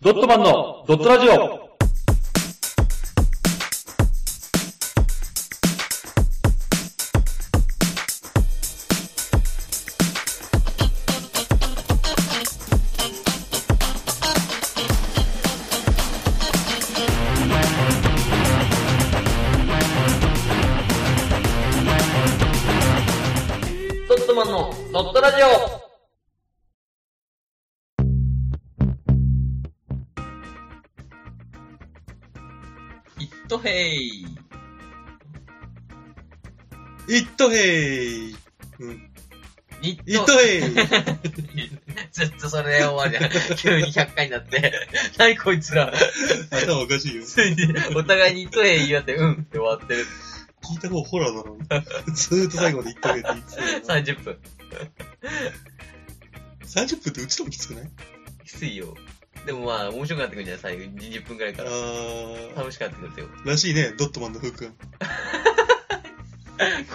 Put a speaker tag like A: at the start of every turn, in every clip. A: ドットマンのドットラジオ。
B: ドットマンのドットラジオ
C: イットヘイイットヘイニットヘイ ずっとそれで終わりだ。 急に100回になって。 何こいつら。
D: 頭おかしいよ。
C: ついに、お互いニットヘイ言い合って、うんって終わってる。
D: 聞いた方ホラー だな。ずーっと最後まで言ってあげて言ってたよな
C: 30分。
D: 30分ってうちともきつくない
C: きついよ。でもまあ、面白くなってくるんじゃない最後20分くらい
D: あ
C: から。
D: ー、
C: 楽しくなってくるよ。
D: らしいね、ドットマンのふうくん。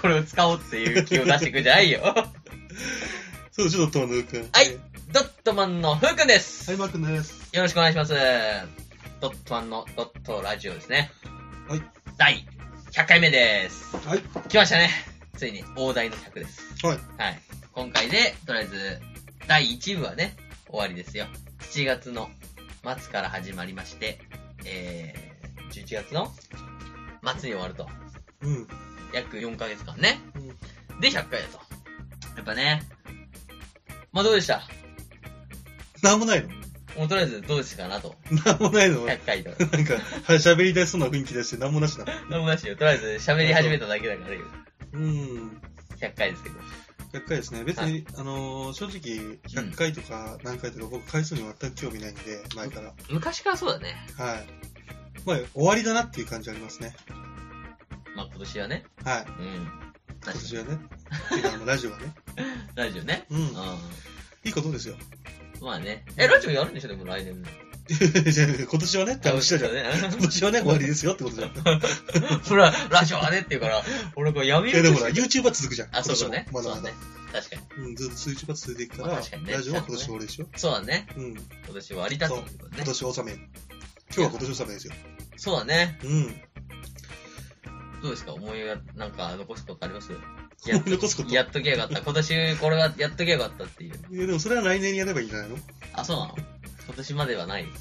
C: これを使おうっていう気を出してくんじゃないよ。
D: そうでしょ、ドットマンのふうくん。
C: はいドットマンのふうくんです。
D: はい、マーくんです。
C: よろしくお願いします。ドットマンのドットラジオですね。
D: はい。
C: 第100回目です。
D: はい。
C: 来ましたね。ついに大台の100です。
D: はい。
C: はい。今回で、とりあえず、第1部はね、終わりですよ。7月の末から始まりまして、えー、11月の末に終わると。
D: うん。うん
C: 約4ヶ月間ね。で、100回だと。やっぱね。まあ、どうでした
D: なんもないの
C: もうとりあえずどうでしたかなと。
D: なんもないのなんか、
C: 100回と。
D: 喋り出しそうな雰囲気出してなんもなしなの。
C: なんもなしよ。とりあえず喋り始めただけだからよ。
D: うん。
C: 100回ですけど。
D: 100回ですね。別
C: は
D: に、あのー、正直、100回とか何回とか僕回数に全く興味ないんで、前から。
C: 昔からそうだね。
D: はい。まあ、終わりだなっていう感じありますね。
C: まあ、今年はね。
D: はい。
C: うん。
D: 今年はね。っていうか、あのラジオはね。
C: ラジオね。
D: うん
C: う。ん。
D: いいことですよ。
C: まあね。え、ラジオやるんでしょでも来年の。
D: じゃあ今年はねって話したじゃん。今
C: ね。
D: 年はね、終わりですよってことじゃん。
C: ほら、ラジオはねって言うから、俺これやめ
D: え、
C: る
D: で もほら、YouTube は続くじゃん。
C: あ、そうそう
D: 今年
C: ね
D: は。まだ
C: そ
D: ま
C: う
D: だ
C: ね。。確かに。
D: うん、ずっと YouTube は続いていくか
C: ま
D: ら、
C: あ確かにね
D: ラジオは今年俺でしょ。
C: そうだね。
D: うん、
C: 今年は割り立つんだけど
D: 今
C: ね。
D: 年納め。今日は今年納めですよ。
C: そうだね。
D: うん。
C: どうですか思いが、なんか残すことありますや
D: 思い 残すこと。い
C: や
D: や、
C: っときゃよか った。今年これはやっときゃよかったっていう。
D: でもそれは来年にやればいいんじゃないの
C: あ、そうなの今年まではない。もう。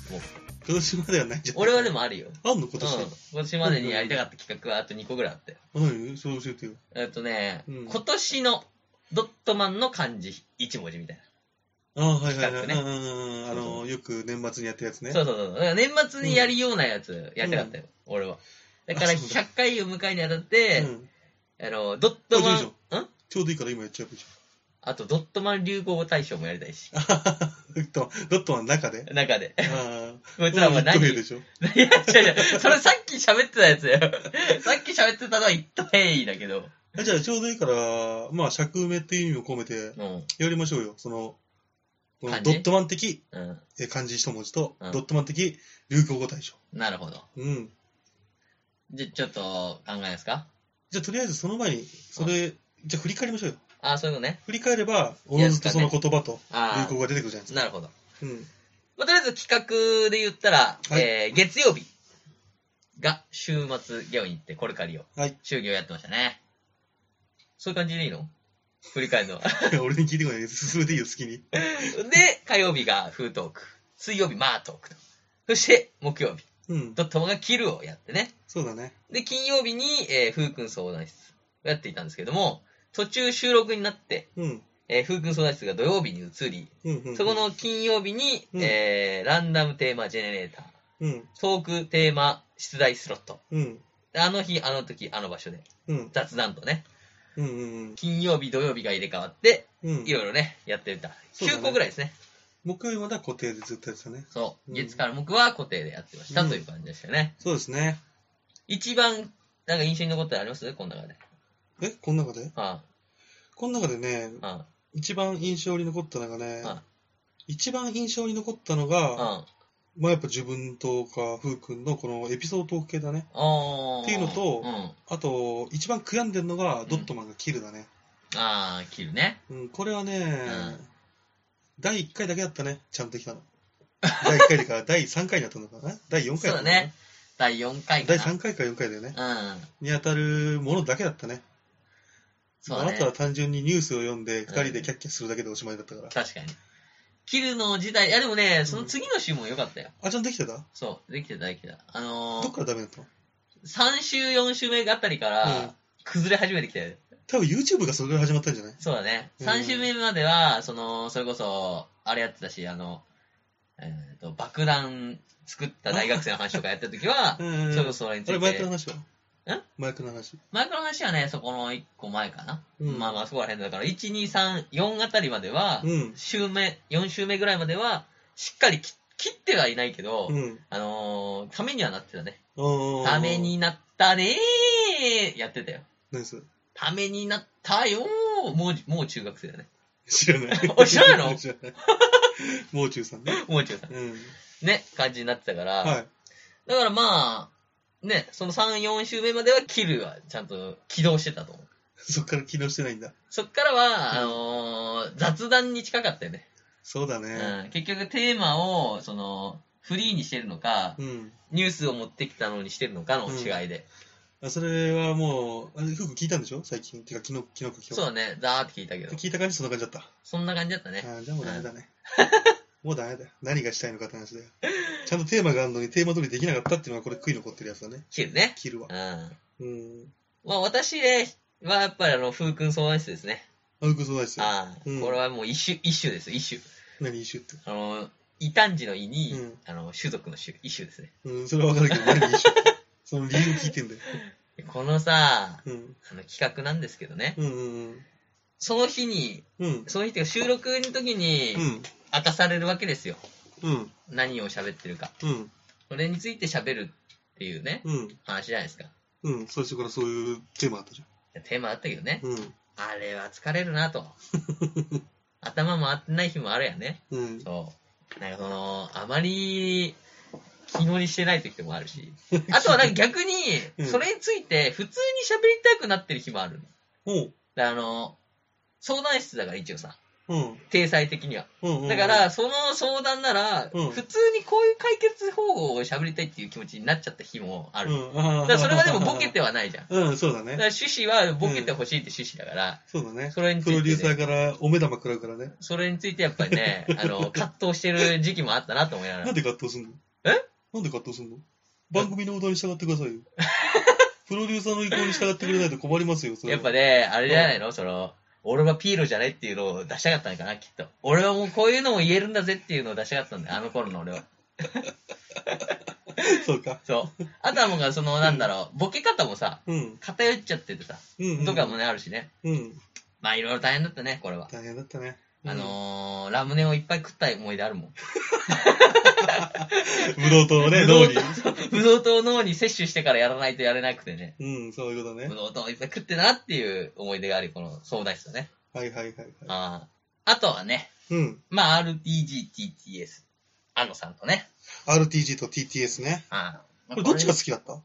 D: 今年まではないじゃん。
C: 俺はで。もあるよ。
D: あんの今
C: うん
D: 年。
C: 今年までにやりたかった企画はあと2個ぐらいあって。
D: うん、そう教えてよ。
C: えっとね、
D: うん
C: 今年のドットマンの漢字1文字みたい
D: ああ、はいはいはい。
C: 企画
D: うんうんうんあの、よく年末にやってるやつ
C: な。
D: ね。
C: そうそうそう。だから年末にやるようなやつやりたかったよ、俺は。だから
D: あそうだ
C: 100回を迎えにあたって、
D: うん
C: あの、ドットマ
D: あいいじ
C: ン、ん
D: ちょうどいいから今やっちゃえばいいじ
C: あとドットマン流行語大賞もやりたい し、
D: ゃん。 あはははドットマンドットマンの 中で。
C: 中で。
D: ああ。
C: こいつらは何
D: ド
C: いや、
D: ットヘイ
C: 違
D: でしょ。
C: う違う。それさっき喋ってたやつよ。 さっき喋ってたのは言ったへいだけど。
D: えじゃあちょうどいいから、まあ、尺埋めっていう意味を込めて、
C: うん。
D: やりましょうよ。その、この
C: 漢字
D: ドットマン的
C: う
D: えー漢字一文字と、
C: うん
D: ドットマン的流行語大賞。
C: ん。なるほど。
D: うん。
C: じゃ、ちょっと考えますか
D: じゃあ、とりあえずその前に、それ、じゃあ振り返りましょうよ。
C: あ、そういうことね。
D: 振り返れば、おのずとその言葉と流
C: あ
D: 行語が出てくるじゃないです
C: あ、
D: か。
C: なるほど。
D: うん。
C: まあ、とりあえず企画で言ったら、
D: はい
C: えー、月曜日が週末ゲオに行ってコルカリを、
D: はい
C: 就業やってましたね。そういう感じでいいの振り返 るのは。
D: 俺に聞いてこないで進めていいよ、好きに。
C: で、火曜日がフートーク。水曜日、マートークと。そして、木曜日、
D: うん。
C: ドットマンがキルをやってね。
D: そうだね。
C: で、金曜日に、えー、ふうくん相談室をやっていたんですけども、途中収録になって、
D: うん。
C: えー、ふうくん相談室が土曜日に移り、
D: うん、うん。
C: そこ、の金曜日に、
D: うん
C: えー、ランダムテーマジェネレーター、
D: うん、
C: トークテーマ出題スロット。
D: うん、
C: であの日、あの時、あの場所で、
D: うん、
C: 雑談とね、
D: うん、うん、
C: 金曜日、土曜日が入れ替わって、
D: うん。
C: いろいろね、やってた。
D: そうだ
C: 9
D: ね
C: 個ぐらいですね。
D: 木曜日まだ固定でずっとやってたね。
C: そう。
D: うん
C: 月から木は固定でやってました、
D: うん
C: という感じでしたね。
D: そうですね。
C: 一番、なんか印象に残ったのありますこの中で。
D: え、この中で
C: あ
D: この中でね、
C: あ、あ
D: 一番印象に残ったのがね、
C: あ
D: 一番印象に残ったの
C: あ、
D: が、
C: あ
D: まあやっぱ自分とか、ふうくんのこのエピソード系だね。
C: あ、ああ。
D: っていうのと
C: うん。あ
D: あと、一番悔やんでるのが
C: ん、
D: ドットマンがキルだね。
C: あ、切るね。
D: うん、これはね、
C: うん
D: 第1回だけだったね、ちゃんと来たの。第1回だから 第3回になったのかな第4回
C: そうだね。第4回か
D: 第
C: な。
D: 3回か4回だよね。
C: うん。
D: に当たるものだけだったね。
C: そう
D: あ
C: だ
D: な
C: ね
D: たは。単純にニュースを読ん
C: ん
D: で、2人でキャッキャするだけでおしまいだったから。
C: 確かに。キルの時代、いやでもね、その次の週も良かったよ。
D: あちゃんできてた
C: そう、できてた、できてた。あの
D: どっ
C: ー、
D: からダメだったの
C: 3週、4週目あたりか
D: うん
C: ら、崩れ始めてきたよね。
D: 多分 YouTube がそれから始まったんじゃない
C: そうだね。
D: うん、
C: 3週目までは、その、それこそ、あれやってたし、あの、えっと、爆弾作った大学生の話とかやってる時は
D: うん
C: それこそそれにつ
D: あれ、
C: い
D: マイク
C: て
D: の。話は
C: え
D: マイクの話。
C: 前からの話はね、そこの1個前かな。
D: うん
C: まあまあ、そこら辺だから、1、2、3、4あたりまでは、
D: うん。
C: 週目、4週目ぐらいまでは、しっかりき切ってはいないけど、
D: うん。
C: あのー、ためにはなってたね。
D: おー
C: ため。になったねーやってたよ。
D: 何それ
C: ためになったよーもう、もう中学生だね。
D: 知らない。
C: あ 知らないの
D: 知らない。もう中さんね。
C: もう中さ
D: うん。
C: ん。ね、感じになってたから、
D: はい。
C: だからまあ、ね、その3、4週目まではキルはちゃんと起動してたと思う。
D: そっから起動してないんだ。
C: そっからは、あのー雑談に近かったよね。
D: そうだ
C: う
D: ね。
C: ん、結局テーマを、その、フリーにしてるのか、
D: うん。
C: ニュースを持ってきたのにしてるのかの違いで。
D: あそれはもう、あれ、ふく聞いたんでしょ最近。てか、昨日、昨日か今日。
C: そうだね、ザーって聞いたけど
D: で。聞いた感じそんな感じだった。
C: そんな感じだったね。
D: あーじゃあもうダメだね。 もうダメだよ。何がしたいのかって話だよ。ちゃんとテーマがあるのにテーマ通りできなかったっていうのはこれ悔い残ってるやつだね。
C: キルね。
D: 切るわ
C: う。ん。
D: うん。
C: まあ私ねはやっぱりあの、風君相談室ですね。
D: あ、うくそうですよ。
C: ああ、
D: うん
C: これはもう一種、一種です、一種。
D: 何一種って。
C: あの、異端児の異に、
D: うん
C: あの、種族の種、一種ですね。
D: うん、それはわかるけど、何一種って。その理由聞いてんだよ。
C: このさ、
D: うん。
C: あの企画なんですけどね、
D: うんうん
C: その日に、
D: うん。うん。
C: その日っていうか収録の時に
D: うん。
C: 明かされるわけですよ。
D: うん。
C: 何を喋ってるか。
D: うん。
C: それについて喋るっていうね、
D: うん。
C: 話じゃないですか。
D: うん。最初からそういうテーマあったじ
C: テーマあったけどね、
D: ゃん。うん。
C: あれは疲れる なと。頭回ってない日もあるやね。
D: うん。
C: そう。なんかその、あまり気乗りしてない時もあるし。あとはなんか逆
D: う
C: に、
D: ん
C: それについて普通に喋りたくなってる日もある。
D: おう。
C: だからあの、相談室だから一応さ、
D: うん。
C: 体裁的には。
D: うんうん。
C: だから、その相談なら、
D: うん
C: 普通にこういう解決方法を喋りたいっていう気持ちになっちゃった日もあ
D: う
C: る。
D: ん、
C: だ
D: だ
C: からそれはでもボケ。てはないじゃん。だ
D: うん、そうだ
C: か
D: ね。
C: ら趣旨はボケてほしいって趣旨だから、
D: そうだね。
C: それにつ
D: プロ
C: い
D: デューサ
C: て、ね、
D: ーからお目玉食らうからね。
C: それについてやっぱり ね、あの、葛藤してる時期もあったなと思いなが
D: な
C: ら
D: ん。で葛藤すんの
C: え
D: なんで葛藤すんの番組のオーダーに従ってくださいよ。プロデューサーの意向に従ってくれないと困りますよ、それ
C: や
D: は
C: っぱね、あれじゃないの、その、俺はピーロじゃねっていうのを出したかったのかな、きっと。俺はもうこういうのも言えるんだぜっていうのを出したかったんだよ、あの頃の俺は。
D: そうか。
C: そう。あとはもう、その、なんだろう、ボケ方もさ、
D: うん。
C: 偏っちゃっててさ、
D: うん、うん。
C: とかもね、あるしね。
D: うん。
C: まあ、いろいろ大変だったね、これは。
D: 大変だったね。
C: あのー、ラムネをいっぱい食った思い出あるもん。
D: うん、ブドウ糖をね、
C: ブド
D: 脳
C: ウ
D: に
C: 糖。ブドウ糖を脳に摂取してからやらないとやれなくてね。
D: うん、そういうことね
C: ブ。ドウ糖をいっぱい食ってなっていう思い出があり、この相談室だね。
D: はいはいはいはい。
C: ああ。あとはね、
D: うん。
C: まあ、RPG、TTS。あのさんとね。
D: RTG と TTS ね。
C: ああ
D: これどっちが好きだった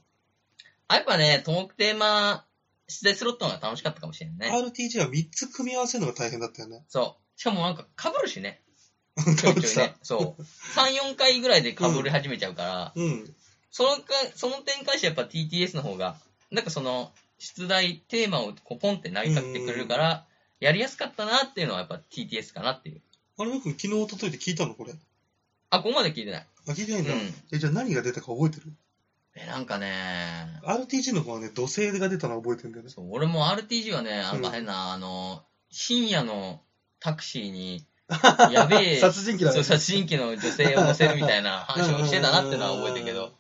C: あやっぱね、トークテーマ、出題スロットの方が楽しかったかもしれないね。
D: ?RTG は3つ組み合わせるのが大変だったよね。
C: そう。しかもなんか被るしね。ちょ
D: か
C: い
D: ぶっ
C: ちょいね
D: た。。
C: そう。3、4回ぐらいで被り始めちゃうから、
D: うん。
C: そのか、その点に関してやっぱ TTS の方が、なんかその、出題テーマをこうポンって投げかけてくれるから、やりやすかったなっていうのはやっぱ TTS かなっていう。
D: あれ、よく昨日、一昨日で聞いたのこれ。
C: あ、ここまで聞いてない。
D: あ、聞いてない
C: うん
D: だ。
C: ん。
D: え、じゃあ何が出たか覚えてる
C: え、なんかね、
D: ?RTG の方はね、土星が出たのは覚えてるんだよね。
C: そう俺も RTG はね、なんか変な、あの、深夜のタクシー に、やべえ、
D: 殺人鬼だ
C: そう、
D: ね。
C: 殺人鬼の女性を乗せるみた いな話をしてたなってのは覚えてるけど、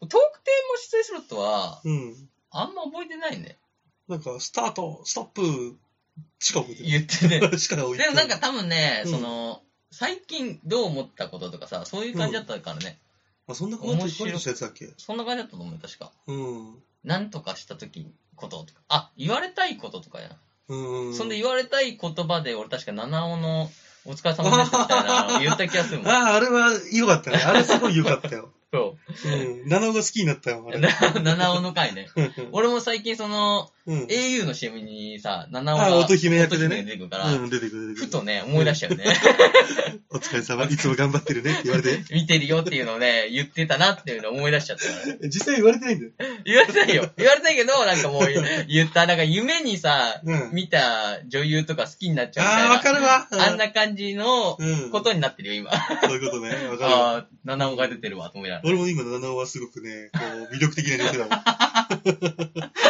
C: トークテーマ出題スロットは、
D: うん。
C: あんま覚えてないね。
D: なんか、スタート、ストップ、しか覚えて
C: 言って ね。
D: ない。しか覚えて
C: でも
D: ない。
C: なんか、多分ね、
D: うん
C: その、最近どう思ったこととかさ、そういう感じだったからね、
D: あ、そんなこと
C: 面
D: と
C: 白い
D: したやつだっけ
C: そんな感じだったと思うよ、確か。
D: うん。
C: なんとかした時こととか、あ、言われたいこととかや。
D: うん。
C: そんで言われたい言葉で、俺確か七尾 のお疲れ様ですみたいなのを言った気がするもん。
D: ああ、あれは良かったね。あれすごい良かったよ。
C: そ
D: うん。七尾が好きになったよ、あ
C: う。
D: れ。
C: な 七尾の回ね。俺も最近その、
D: うん。
C: au の CM にさ、七尾
D: あ
C: が
D: 乙姫役でね
C: 乙出てくるから、
D: うん、出てくる、出てく
C: ふ
D: る。
C: とね、思い出しちゃうね。
D: お疲れ様、いつも頑張ってるねって言われて。
C: 見てるよっていうのをね、言ってたなっていうのを思い出しちゃったから。
D: 実際言われてないんだよ。
C: 言われないよ。言われないけど、なんかもう言った、なんか夢にさ、
D: うん。
C: 見た女優とか好きになっちゃうみたい
D: ああ、
C: な。
D: わかるわ。
C: あんな感じの
D: うん。
C: ことになってるよ、今。あ
D: そういうことね。わかるわ。
C: あー、七尾が出てるわ、と思いながら。
D: 俺も今の七尾はすごくね、こう、魅力的な女性だもん。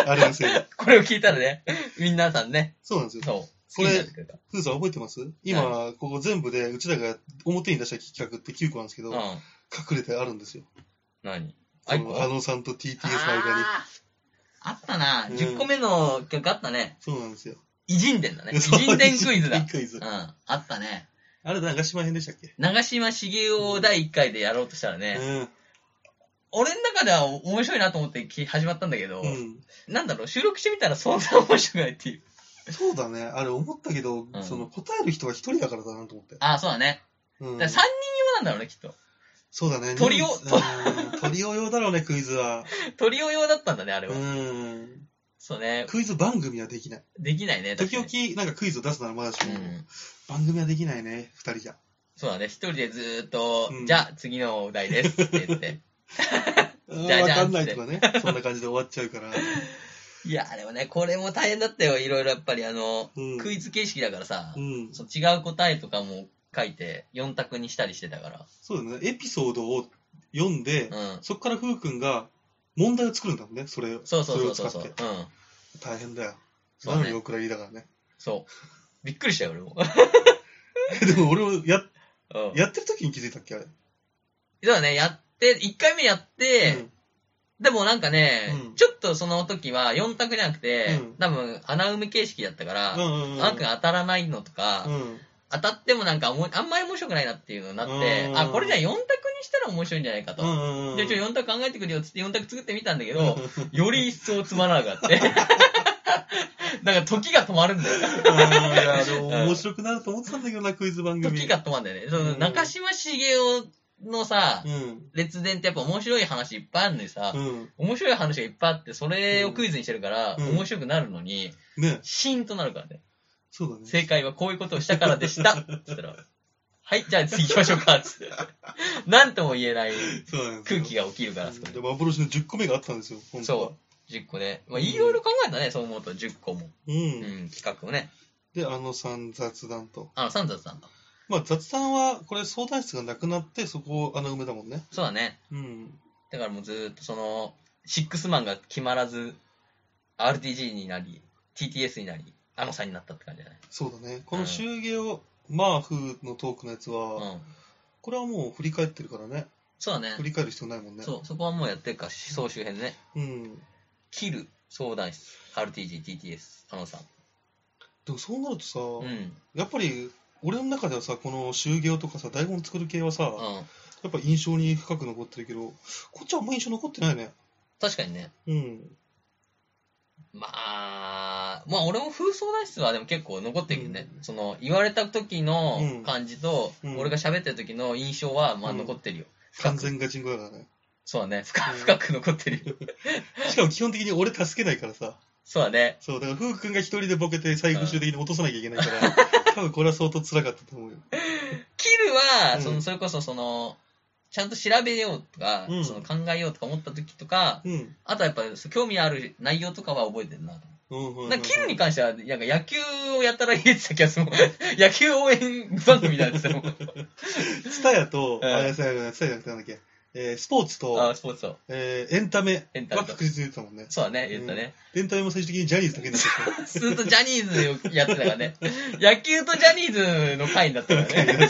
D: あれのせいで。
C: これを聞いたらね、皆さんね、
D: そうなんですよ。
C: そう、好きになってくれた。
D: ふーさん覚えてます今、ここ全部で、うちらが表に出した企画って9個なんですけど、
C: うん。
D: 隠れてあるんですよ。
C: 何あ
D: あ
C: 一個
D: の、あのさんと TTS の間に。
C: あーあったな。
D: うん
C: 10個目の企画あったね。
D: そうなんですよ。
C: 偉人伝だね。偉
D: そう
C: 人伝クイズだ。うん。
D: 偉人伝クイズ。
C: あったね。
D: あれ、長島編でしたっけ
C: 長嶋茂雄を第1回でやろうとしたらね、
D: う
C: 俺の中では面白いなと思ってき始まったんだけど、
D: ん。うん。
C: なんだろう、収録してみたら そんな面白くないっていう。
D: そうだね。あれ思ったけど、
C: ん
D: その答える人は一人だからだなと思って。
C: ああ、そうだね。
D: うん
C: だから3人用なんだろうね、きっと。
D: そうだね。
C: 鳥を
D: うん鳥を用だろうね、クイ ズは。
C: トリオ用だったんだね、あれは。
D: うん。
C: そうね。
D: クイズ番組はできない。
C: できないね。確
D: 時
C: かに
D: 々なんかクイズを出すならまだしも、
C: うん。
D: 番組はできないね、二人じゃ。
C: そうだね。一人でずーっと、
D: うん
C: じゃあ次のお題ですって言 って。
D: あー
C: じゃあ
D: わ
C: じゃあ
D: かんないとかね。そんな感じで終わっちゃう から。
C: いや、でもね、これも大変だったよ。いろいろやっぱりあの、
D: うん
C: クイズ形式だからさ、
D: うん。
C: そう違う答えとかも書いて、4択にしたりしてたから。
D: そうだね。エピソードを読んで、
C: うん。
D: そこからふうくんが問題を作るんだもんね、それを。
C: そうそうそうそうそ
D: れ
C: う。
D: を
C: う
D: 使
C: ん
D: って。。大変だよ。
C: そう
D: な
C: ね
D: のにお蔵入りだからね。
C: そう。びっくりしたよ、俺も。
D: でも俺もや、
C: うん。
D: やってる時に気づいたっけ、あれ。
C: だからね、やって、1回目やって、でもなんかね、
D: うん
C: ちょっとその時は4択じゃなくて、
D: うん
C: 多分穴埋め形式だったから、
D: うん。うんうんうん。
C: なんか当たらないのとか、
D: うん。
C: 当たってもなんかおもあんまり面白くないなっていうのになって、
D: うん
C: あ、これじゃあ4択にしたら面白いんじゃないかと。
D: うんうんうん。
C: で、ちょ、
D: っ
C: 4択考えてくれよっつって4択作ってみたんだけど、より一層つまらなくなって。 なんか時が止まるんだよ。
D: いや、でも面白くなると思ってたんだけどな、クイズ番組。
C: 時が止まるんだよね。その
D: うん
C: 中島茂雄のさ
D: う、ん。
C: 列伝ってやっぱ面白い話いっぱいあるのにさ
D: う、ん。
C: 面白い話がいっぱいあって、それをクイズにしてるから、
D: うん
C: 面白くなるのに、
D: ね。
C: シーンとなるからね。
D: そうだね。
C: 正解はこういうことをしたからでした。って言ったら、はい、じゃあ次行きましょうか。つって。なんとも言えない
D: そうなんです
C: 空
D: よ
C: 気が起きるから、あそこ
D: で
C: で。
D: 幻の10個目があったんですよ、本当は
C: そ。う。10個ね。まあ、いろいろ考えたね、そう思うと、10個も。
D: う。
C: うんん、企画をね。
D: で、あのさん雑談と。
C: あの、サンタさんだ。
D: まあ雑談は、これ相談室がなくなって、そこを穴埋めだもんね。
C: そうだね。
D: うん。
C: だからもうずーっとその、シックスマンが決まらず、RTG になり、TTS になり、あのさんになったって感じだね。
D: そうだね。この集芸を、マーフーのトークのやつ
C: う
D: は、
C: ん。
D: これはもう振り返ってるからね。
C: そうだね
D: 振。り返る必要ないもんね。
C: そう、そこはもうやってるから、総周辺ね。
D: うん。
C: 切る相談室 RTG、TTS、あのさん。
D: でもそうなるとさ、
C: うん。
D: やっぱり、俺の中ではさ、この集芸とかさ、台本作る系はさ、
C: うん。
D: やっぱ印象に深く残ってるけど、こっちはあんま印象残ってないね。
C: 確かにね。
D: うん。
C: まあ、まあ俺も風相談室はでも結構残ってるけどね。その、言われた時の感じと、
D: うん
C: 俺が喋ってる時の印象は、まあ
D: うん
C: 残ってるよ。
D: 完全ガチンコだからね。
C: そうだね。深
D: うん
C: 深く残ってるよ。
D: しかも基本的に俺助けないからさ。
C: そうだね。
D: そう、だから、ふうくんが一人でボケて最後終的に落とさなきゃいけ ないから、多分これは相当辛かったと思うよ。
C: 切るは、
D: うん
C: その、それこそその、ちゃんと調べようとか、
D: うん
C: その考えようとか思った時とか、
D: うん。
C: あとはやっぱ興味ある内容とかは覚えてるなと。
D: うんうん。
C: なんかキルに関しては、なんか野球をやたら入れてた気がするもん。 野球応援番組だってたもん。
D: ツタヤと、
C: うん
D: あれ、ツタヤじゃなくてなんだっけ、えースポーツと、
C: あ、スポーツを。
D: えーエンタメ
C: エンタメ
D: は
C: と
D: 確実に言ってたもんね。
C: そうだね、言ったね。
D: エンタメも最終的にジャニーズだけになっちゃっ
C: ずっとジャニーズやってたからね。 野球とジャニーズの会になったから ね。
D: た。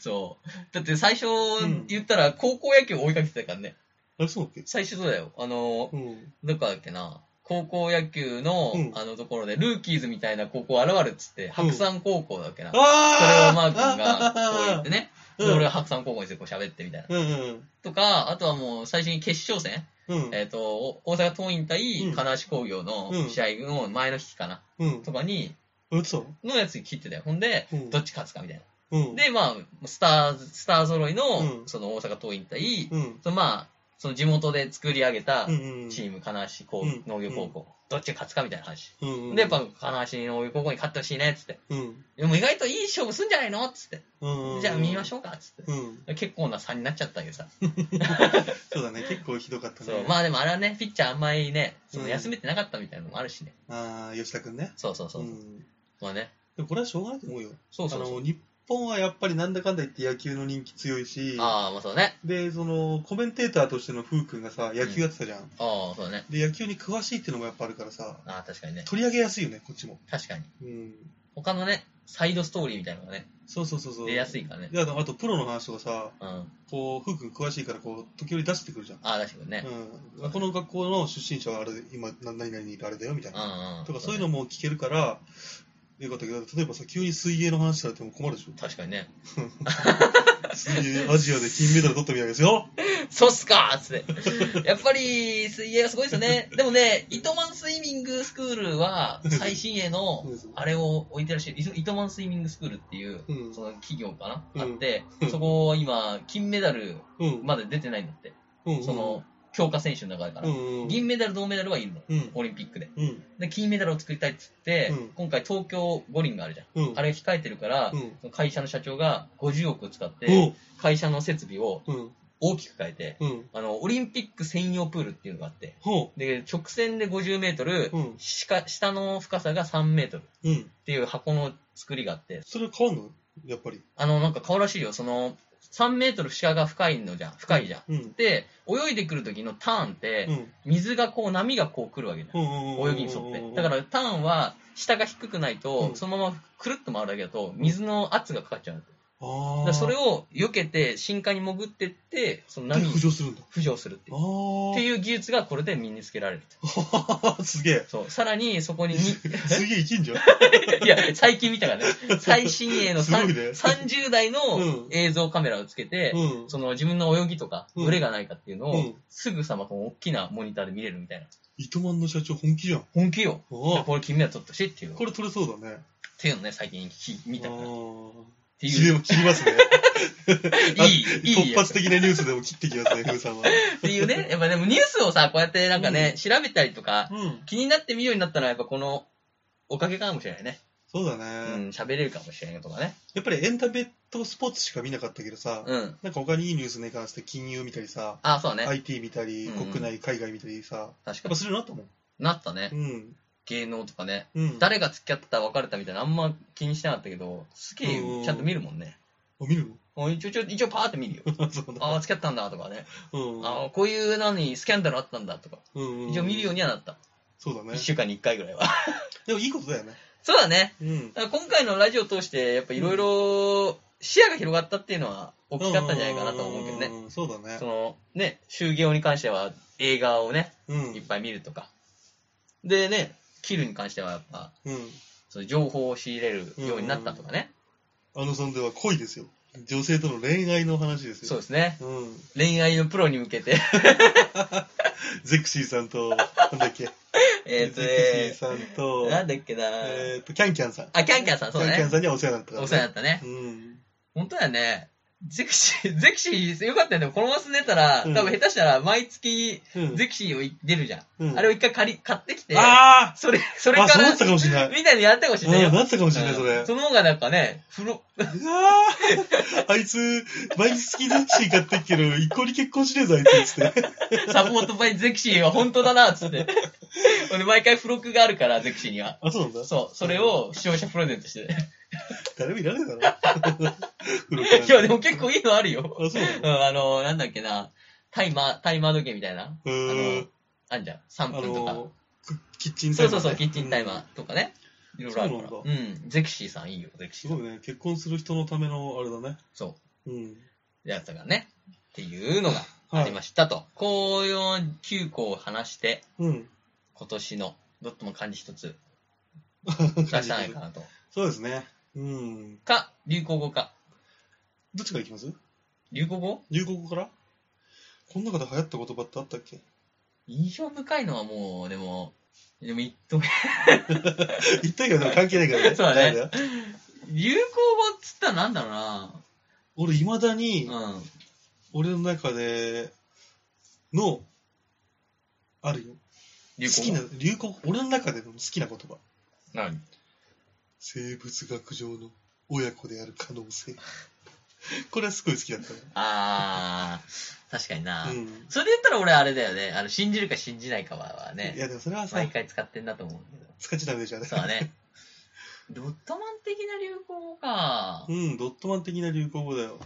C: そう。だって最初
D: ん
C: 言ったら高校野球追いかけてたからね。
D: あれ、そうだっけ
C: 最初 そうだよ。あの、
D: うん。
C: どっかだっけな。高校野球の
D: うん、
C: あのところで、ルーキーズみたいな高校現れっつって、白山高校だっけな。それを
D: あ
C: マー君 が、こう言って
D: ね。
C: ね。で
D: うん
C: 俺は白山高校にしてこう喋ってみたいな。
D: うんうん。
C: とか、あとはもう最初に決勝戦、
D: うん。
C: えっ、と、お大阪桐蔭対
D: うん
C: 金足工業の試合の前の日かな、
D: うん。
C: とかに、
D: うん。そう
C: のやつ切ってたよ。ほんで、
D: うん
C: どっち勝つかみたいな。
D: うん。
C: で、まあ、スター、スター揃いの、
D: うん
C: その大阪桐蔭対、
D: うん。
C: そのまあ、その地元で作り上げた
D: うんうん。
C: チーム、金足高
D: うん
C: 農業高校、どっちが勝つかみたいな話。
D: うんうん。
C: で、やっぱ、金足農業高校に勝ってほしいね、つって。
D: うん。
C: でも意外といい勝負すんじゃないのつって。
D: うんうん。
C: じゃあ見まし
D: ょ
C: ょうか、つって。
D: うん。うん。
C: 結構な差になっちゃったけどさ。
D: そうだね、結構ひどかったね。
C: そう。まあでもあれはね、ピッチャーあんまりね、その
D: うん
C: 休めてなかったみたいなのもあるしね。
D: ああ、吉田くんね。
C: そうそうそう。
D: ん。
C: まあね。
D: でもこれはしょうがないと思うよ。
C: そうそうそ
D: あの、
C: う。
D: 日本はやっぱりなんだかんだ言って野球の人気強いし、
C: ああ、まあそうね。
D: で、その、コメンテーターとしての風君がさ、野球やってたじゃん。
C: ああ、そうね。
D: で、野球に詳しいっていうのもやっぱあるからさ、
C: ああ、確かにね。
D: 取り上げやすいよね、こっちも。
C: 確かに。
D: うん。
C: 他のね、サイドストーリーみたいなのがね、
D: そうそうそうそう。
C: 出やすいからね。
D: であとあとプロの話とかさ、
C: うん。あ
D: こう、風君詳しいから、こう、時折出してくるじゃん。
C: あ、確かにね。
D: うん。この学校の出身者はあれ、今、な何々にいるあれだよ、みたい
C: うん
D: な。
C: うん。
D: とか、そういうのも聞けるから、よかったけど、例えばさ、急に水泳の話されても困るでしょ。
C: 確かにね。
D: 水泳、アジアで金メダル取ったみたいですよ。
C: そうっすかーっつ って。やっぱり、水泳はすごいですよね。でもね、糸満スイミングスクールは、最新鋭の
D: そうです、
C: あれを置いてらっしゃる、糸満スイミングスクールっていう、
D: うん
C: その企業かな、
D: うん
C: あって
D: うん、
C: そこは今、金メダル
D: うん。
C: まで出てないんだって。
D: うん
C: その、強化選手の中だから。
D: うん。
C: 銀メダル、銅メダルはいるの。
D: うん。
C: オリンピックで。
D: うん。
C: で、金メダルを作りたいっつって、
D: うん
C: 今回東京五輪があるじゃん。
D: うん。
C: あれ控えてるから
D: う、ん。
C: 会社の社長が50億を使って、
D: うん。
C: 会社の設備を
D: うん。
C: 大きく変えて、
D: うん。
C: あの、オリンピック専用プールっていうのがあって、
D: ほ
C: で、直線で50メートル
D: う。、うん。
C: しか下の深さが3メートルっ
D: うん。
C: ていう箱の作りがあって、
D: それ変わんのやっぱり。
C: あの、なんか顔らしいよ、その、3メートル下が深いのじゃん、深いじゃん。
D: うん。
C: で、泳いでくる時のターンって
D: う、ん。
C: 水がこう、波がこう来るわけじゃん。
D: 泳
C: 泳ぎに沿って。だからターンは下が低くないと、
D: うん
C: そのままくるっと回るだけだと、水の圧がかかっちゃう。だ
D: あ
C: か
D: あ。
C: らそれを避けて、深海に潜ってって、その
D: で
C: 波に
D: 浮上するんだ。
C: 浮上するってい
D: あ
C: う。
D: あ。
C: っていう技術がこれで身につけられると。
D: う。すげえ。
C: そう。さらに、そこにに、
D: すげえ、いきんじゃん。
C: いや、最近見たからね、最新鋭の
D: すごい
C: 三
D: ね
C: 30代の
D: うん
C: 映像カメラをつけて、
D: うん。
C: その自分の泳ぎとか、
D: うん
C: ブレがないかっていうの
D: う
C: を
D: ん、
C: すぐさまこの大きなモニターで見れるみたいな。
D: 糸満の社長本気じゃん。あ
C: 本気よ。
D: あ。
C: これ金メダル取ったしっていう。っ
D: これ取れそうだね。
C: ていうのね、最近き見たから。っ
D: あ
C: て
D: あ。
C: いう。
D: 切りますね。
C: い い、いい
D: 突
C: や
D: 発
C: つ。
D: 的なニュースでも切ってきますね、ふうさんは。
C: っていうね。やっぱでもニュースをさ、こうやってなんかね、
D: うん
C: 調べたりとか、
D: うん。
C: 気になって見 るようになったのはやっぱこの、おかげかもしれないね。
D: そうだ
C: うん
D: ね。、
C: 喋れるかもしれないとかね。
D: やっぱりエンタメとスポーツしか見なかったけどさ、
C: うん。
D: なんか他にいいニュースに関して金融見たりさ、
C: あ、そうね。
D: IT 見たり、
C: うん
D: 国内、海外見たりさ、
C: 確か
D: やっぱ
C: に。
D: するようになっ
C: なったね
D: た。もん。うん。
C: 芸能とかね。
D: うん。
C: 誰が付き合った、別れたみたいな、あんま気にしてなかったけど、すげ
D: うん
C: えちゃんと見るもんね。
D: あ見る
C: もう一応、一応一応パーって見るよ。
D: の そうだ。
C: ああ、付き合ったんだとかね。
D: うん。
C: ああ、こういう何、スキャンダルあったんだとか。
D: うん。
C: 一応見るようにはなった。
D: そうだね
C: 一。週間に一回ぐらいは。
D: でもいいことだよね。
C: そうだね。
D: うん。
C: だから今回のラジオを通して、やっぱいろいろ視野が広がったっていうのは大きかったんじゃないかなと思うけどね。
D: ん。そうだね
C: そ。のね、就業に関しては映画をね、
D: うん。
C: いっぱい見るとか。でね、キルに関してはやっぱ、
D: うん。
C: その情報を仕入れるようになったとかね。
D: あのさんでは恋ですよ。女性との恋愛の話ですよ。
C: そうですね。
D: うん。
C: 恋愛のプロに向け て、
D: ゼクシーさ んと、なんだっけ。
C: えっと
D: ゼクシー
C: ね、
D: さんと、
C: なんだっけな、
D: えっと、キャンキャンさん。
C: あ、キャンキャンさん、
D: キ
C: そうだ
D: ャンキャ
C: ね。
D: ンさんにはお世話になったから、
C: お世話になったね。
D: うん。
C: 本当だよね。ゼクシー、ゼ クシー、よかったよね。このまま住んでたら、
D: うん
C: 多分下手したら毎月、
D: うん。
C: ゼクシーをい出るじゃん。
D: うん
C: あれを一回借り、買ってきて、
D: あ
C: それ、それ
D: あ
C: か
D: そうだ
C: ら、
D: ったかもしれない
C: みたいなのやってほしい
D: あ
C: ね。
D: うんなったかもしれない、それ。
C: その方がなんかね、風呂、
D: うわーあいつ、毎日好きゼクシー買ってっけど、一向に結婚しねえぞ、あいつ、つって。
C: サポートバイゼクシーは本当だな、つ って。俺毎回付録があるから、ゼクシーには。
D: あ、そうなんだ。
C: そう、それを視聴者プレゼントして。
D: 誰もいらねえだ ろ。黒木
C: いや、でも結構いいのあるよ。
D: あ、そうな
C: うん、あの、なんだっけな、タイマー、タイマー時計みたいな。
D: の
C: あ
D: うー
C: の
D: ん。、
C: あんじゃん。3
D: あ
C: 分とか。
D: の、くキッチンタ
C: そ
D: イ
C: う
D: マー
C: そうそ
D: ね
C: う、キッチンタイマーとかね。いろいろあるから。
D: そう
C: う、
D: なん
C: ゼクシーさんいいよ、ゼクシ
D: す
C: ーさん。
D: ごいね、結婚する人のための、あれだね。
C: そう。
D: うん。
C: やつがね、っていうのがありましたと。こういう9個を話して、
D: うん。
C: 今年のどっとも漢字一つ
D: 出
C: 出したないかなと。
D: そうですね。うん。
C: か、流行語か。
D: どっちからいきます
C: 流行語
D: 流行語からこの中で流行った言葉ってあったっけ
C: 印象深いのはもう、でも、でも一等、
D: 言ったけど、でも関係ないからね。
C: そうだね
D: なんよ
C: 流行語っつったらなんだろうな。
D: 俺、いまだに、
C: うん。
D: 俺の中での、あるよ。
C: 流行
D: 好き
C: 語
D: な、流行、俺の中での好きな言葉。
C: 何
D: 生物学上の親子である可能性。 これはすごい好きだったね。
C: あー、確かにな。
D: うん。
C: それで言ったら俺あれだよね。あの、信じるか信じないかはね
D: い、や、でもそれはさ
C: 毎、回使ってんだと思うけど。
D: 使っちゃダメじゃん。
C: そうだね。ドットマン的な流行語か
D: う。ん、ドットマン的な流行語だよ。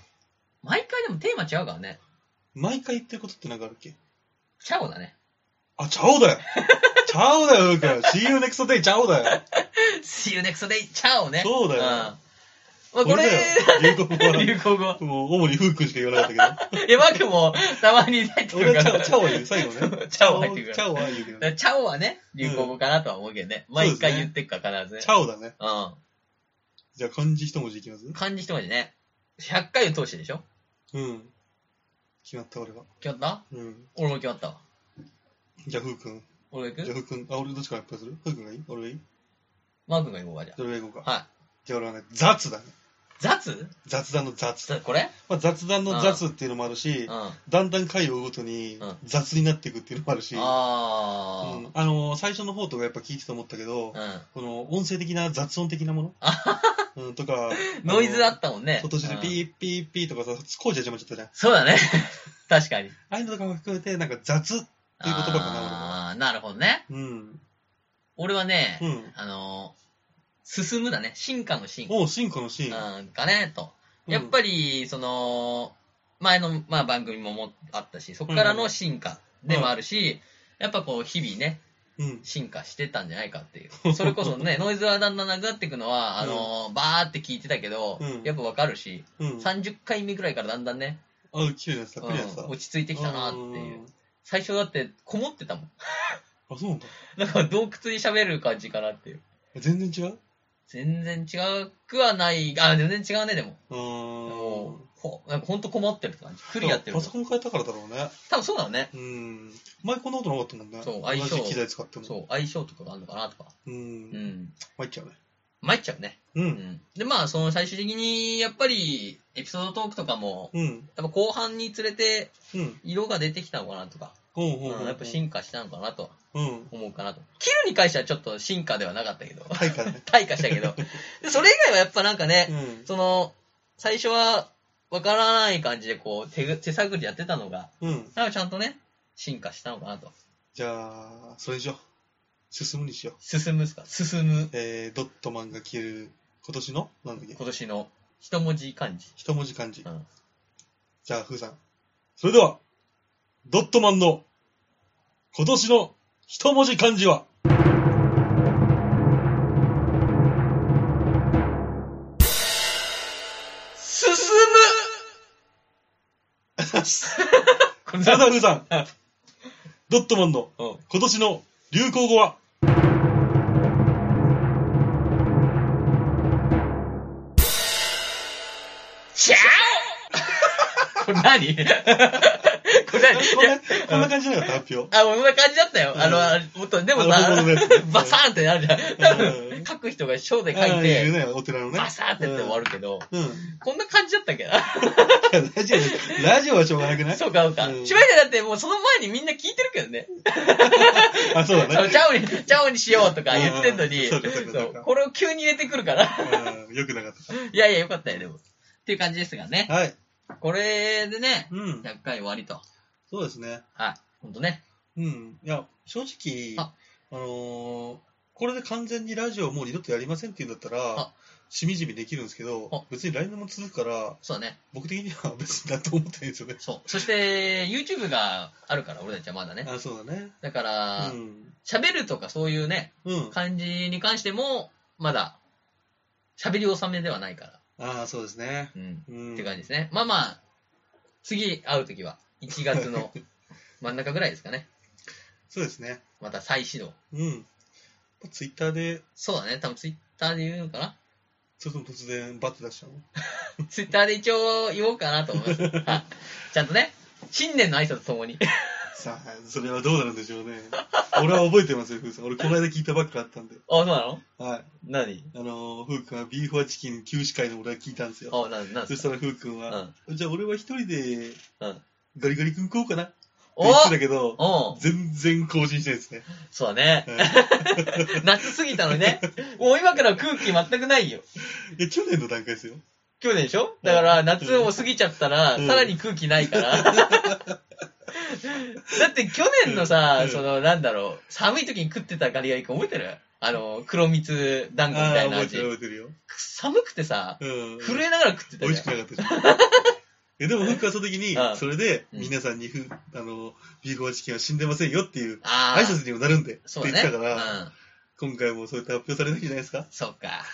C: 毎回でもテーマ違うからね。
D: 毎回言ってることってなんかあるっけ
C: チャオだね。
D: あ、ちゃ おだよちゃおだよ、うか。See you next day, ちゃおだよ。
C: See you next day! チャオね。
D: そうだよ
C: んまあ、こ
D: 俺
C: れ、
D: だよ流行語 は
C: 流行語。
D: もう、主にフー君しか言わなかったけ
C: え、マークもたまに入って
D: ど。
C: くる
D: 俺
C: か
D: はチャ
C: ら。
D: オ、チャオは言う、最 後ね。
C: チャオ入ってくる
D: チ
C: から。
D: ャオは言う
C: だ
D: けど
C: か
D: ね。
C: らチャオはね、流行語かなとは思うけどね。毎回言ってっから必ずね
D: チ。ャオだね。
C: う
D: じゃあ、漢字一文字いきます
C: ん。漢字一文字ね。100回を通してでしょ
D: うん。決まった、俺は。
C: 決まった
D: うん。
C: 俺も決まったわ。
D: じゃあ、フー君。
C: 俺が
D: じゃ
C: 行
D: あ、
C: く
D: フー君。あ、俺どっちから発表するフー君がいい俺がいい
C: マー君が行こうか、じゃ
D: どれがいこうか。
C: あ。はい。
D: じゃあ、俺はね、雑だね。
C: 雑
D: 雑談の雑。
C: 雑これ
D: まあ、雑談の雑っていうのもあるし、
C: うん。あ
D: だんだん回を追うごとに
C: うん
D: 雑になっていくっていうのもあるし、
C: あ
D: うんあのー最初の方とかやっぱ聞いてて思ったけ
C: ー。う
D: ど、
C: ん。
D: この音声的な雑音的なもの、うん、とか、
C: ノイズあ
D: だ
C: ったもんね。
D: 今年でピ
C: うん
D: ーピーピーとかさ、工事始まっちゃったじゃん。あ
C: そうだね。確かに。
D: あいうのとかも含めて、なんか雑っていう言葉かな、俺は。
C: ああー、なるほどね。
D: うん。
C: 俺はね
D: う、ん。
C: あのー、進むだね。進化の進。
D: おう、進化のシーン。
C: うん、かね、と。やっぱり、その、前の、まあ、番組ももあったし、そこからの進化でもあるし、やっぱこう、日々ね、
D: り、うん。
C: 進化してたんじゃないかっていう。それこそ ね、ノイズはだんだんなくなっていくのは、あのー、バーって聞いてたけど、
D: うん
C: やっぱわかるし、
D: うん。あ、
C: 30回目ぐらいからだんだんね、
D: 綺麗なやつだ、
C: うん
D: 綺麗なやつだ。
C: 落ち着いてきたなっていう。最初だって、こもってたもん。
D: うん。あ、そうなんだ。
C: なんか洞窟に喋る感じかなっていう。
D: 全然違う
C: 全然違くはない、あ、全然違うね、でも。
D: う
C: もう、
D: ーん。
C: ほなんかほんと困ってるって感じ。クリアってる
D: パ。ソコン変えたからだろうね。
C: 多分そうだろうね。
D: うん。前こんなことなかったもんね。
C: そう相性
D: 同じ機材使っても。
C: そう、相性とかがあるのかなとか。
D: う。
C: うんん。
D: 参っちゃうね。
C: 参っちゃうね。
D: う。
C: うんん。で、まあ、その最終的に、やっぱり、エピソードトークとかも、
D: うん。
C: やっぱ後半につれて、
D: うん。
C: 色が出てきたのかなとか、
D: ほうほう
C: う
D: ほうほ
C: ん
D: う。
C: やっぱ進化したのかなと
D: うん。
C: 思うかなと。キルに関してはちょっと進化ではなかったけど、
D: 対価ね。
C: 退化した けど。で、それ以外はやっぱなんかね
D: う、ん。
C: その、最初は、わからない感じで、こう、手ぐ、手探りやってたのが、
D: うん。
C: なんかちゃんとね、進化したのかなと。
D: じゃあ、それにしよう。進むにしよう。
C: 進むっすか進む。
D: えー、ドットマンが消える今年の、なんだっけ、
C: 今年の一文字漢字。
D: 一文字漢字。
C: うん
D: じゃあ、ふーさん。それでは、ドットマンの今年の一文字漢字は、
C: 進む これ
D: それで
C: だ
D: はふーさ ん。ドットマンの
C: うん。
D: 今年の流行語は、
C: チャオこれ何 これ何
D: こんなこんな感じじゃなかった発表。
C: あ、もうそんな感じだったよ。
D: うん
C: あのあの、もっと、でも
D: あの
C: さ
D: 本物のやつ、
C: バサーンってなるじゃん。多
D: う
C: 分、
D: ん
C: 書く人が章で書
D: あ
C: い
D: あいう
C: て、
D: ね、お寺のね。
C: バサーってやって終わるけど、
D: うん。
C: こんな感じだったっけ
D: ラジオ、ラジオはしょうがなくない
C: そうか、そうか。
D: うん
C: しばらくだってもうその前にみんな聞いてるけどね。
D: あ、そう
C: あ
D: だ
C: の
D: ね。
C: チャオに、チャオにしようとか言ってんのに、
D: うんそうかそうかそうか
C: そうこれを急に入れてくるから。
D: うんよくなかっ
C: いやいや、よかったよ、でも。っていう感じですがね
D: た。。はい。
C: これでね、
D: うん。
C: 100回終わりと。
D: そうですね。
C: はい。ほんとね。
D: うん。いや、正直、
C: あ
D: あのーこれで完全にラジオをもう二度とやりませんって言うんだったら
C: あ、
D: しみじみできるんですけ
C: あ
D: ど、別に来年も続くから、
C: そうだね。
D: 僕的には別になんとも思ってないんですよ ね。
C: そう。そして、YouTube があるから、俺たちはまだね。
D: あ、そうだね。
C: だか
D: う
C: ら、
D: ん。
C: 喋るとかそういうね、
D: うん。
C: 感じに関しても、まだ、喋り納めではないから。
D: ああ、そうですね。
C: うん。
D: うん。
C: っていう感じですね。まあまあ、次会うときは、1月 の真ん中ぐらいですかね。
D: そうですね。
C: また再始動。
D: うん。ツイッターで、
C: そうだね。多分 Twitter で言うのかな
D: それとも突然バッて出しちゃうの
C: ツイ ッターで一応言おうかなと思います。はいちゃんとね、新年の挨拶ともに。
D: さあ、それはどうなるんでしょうね。俺は覚えてますよ、ふうさん。俺、この間聞いたばっかあったんで。
C: あ、そうなの
D: はい。
C: 何
D: あのー、ふうくんはビーフォアチキン休止会の俺は聞いたんですよ。
C: あ、な、なん
D: そ
C: す
D: したらふうくんは、
C: か
D: じゃあ俺は一人で
C: うん。うん。
D: ガリガリ君食おうかなって
C: お
D: 言ってたけど、
C: おうん。
D: 全然更新してない ですね。
C: そうだね。
D: うん
C: 夏過ぎたのにね。もう今から空気全くないよ。
D: いや、去年の段階ですよ。
C: 去年でしょだから夏を過ぎちゃったら、
D: うん
C: さらに空気ない から。だって去年のさ
D: う、ん
C: そのなんだろう、寒い時に食ってたガリガリ君覚えてるあの、黒蜜団子みた
D: ああー、
C: いな
D: 覚え
C: 味
D: て。る覚えてるよ。
C: 寒くてさ、
D: うん。
C: 震えながら食ってた
D: 美
C: よ
D: 味しくなかったで しょ。えでも、ふうくんはその時に
C: う、ん
D: それで、
C: うん
D: 皆さんにふ、あの、ビーフォアチキンは死んでませんよっていう
C: ああ。
D: 挨拶にもなるんで、って
C: そう
D: 言
C: だ
D: って
C: ね。
D: た
C: う
D: から、
C: ん。
D: 今回もそうやって発表されなきゃいけないですか
C: そっか。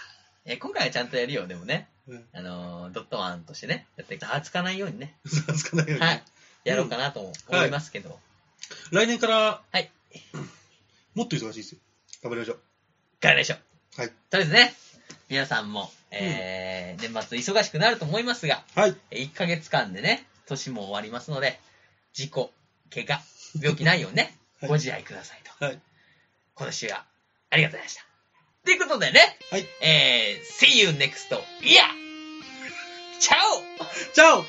C: え、今回はちゃんとやるよ、でもね。
D: うん
C: あのー、ドットマンとしてね。やって、ざわつかないようにね。
D: 嘘つかないようにね。
C: はい。やろうかなと思
D: うん
C: 思いますけど。
D: 来年から、
C: はい
D: もっと忙しいですよ。頑張りましょう。
C: ガリでしょ。
D: はい。
C: とりあえずね、皆さんも、えー、年末忙しくなると思いますが、
D: はい。
C: 1ヶ月間でね、年も終わりますので、事故、怪我、病気ないようにね、
D: はい
C: ご自愛くださいと。
D: はい
C: 今年は、ありがとうございました。ということでね、
D: はい
C: えー、See you next year! チャオ
D: チャオ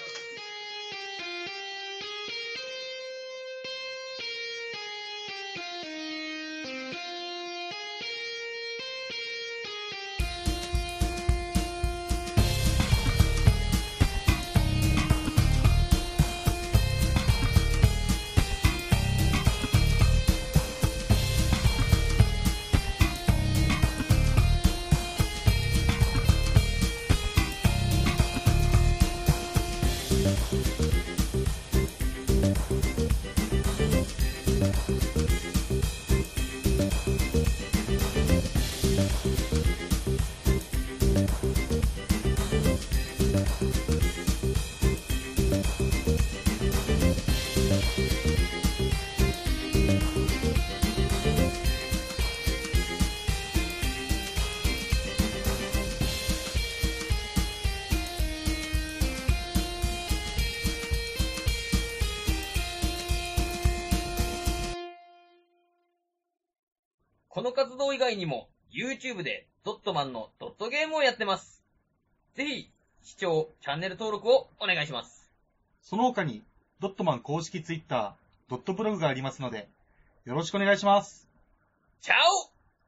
B: この活動以外にも、YouTube でドットマンのドットゲームをやってます。ぜひ、視聴、チャンネル登録をお願いします。
E: その他に、ドットマン公式ツイッター、ドットブログがありますので、よろしくお願いします。
B: チャオ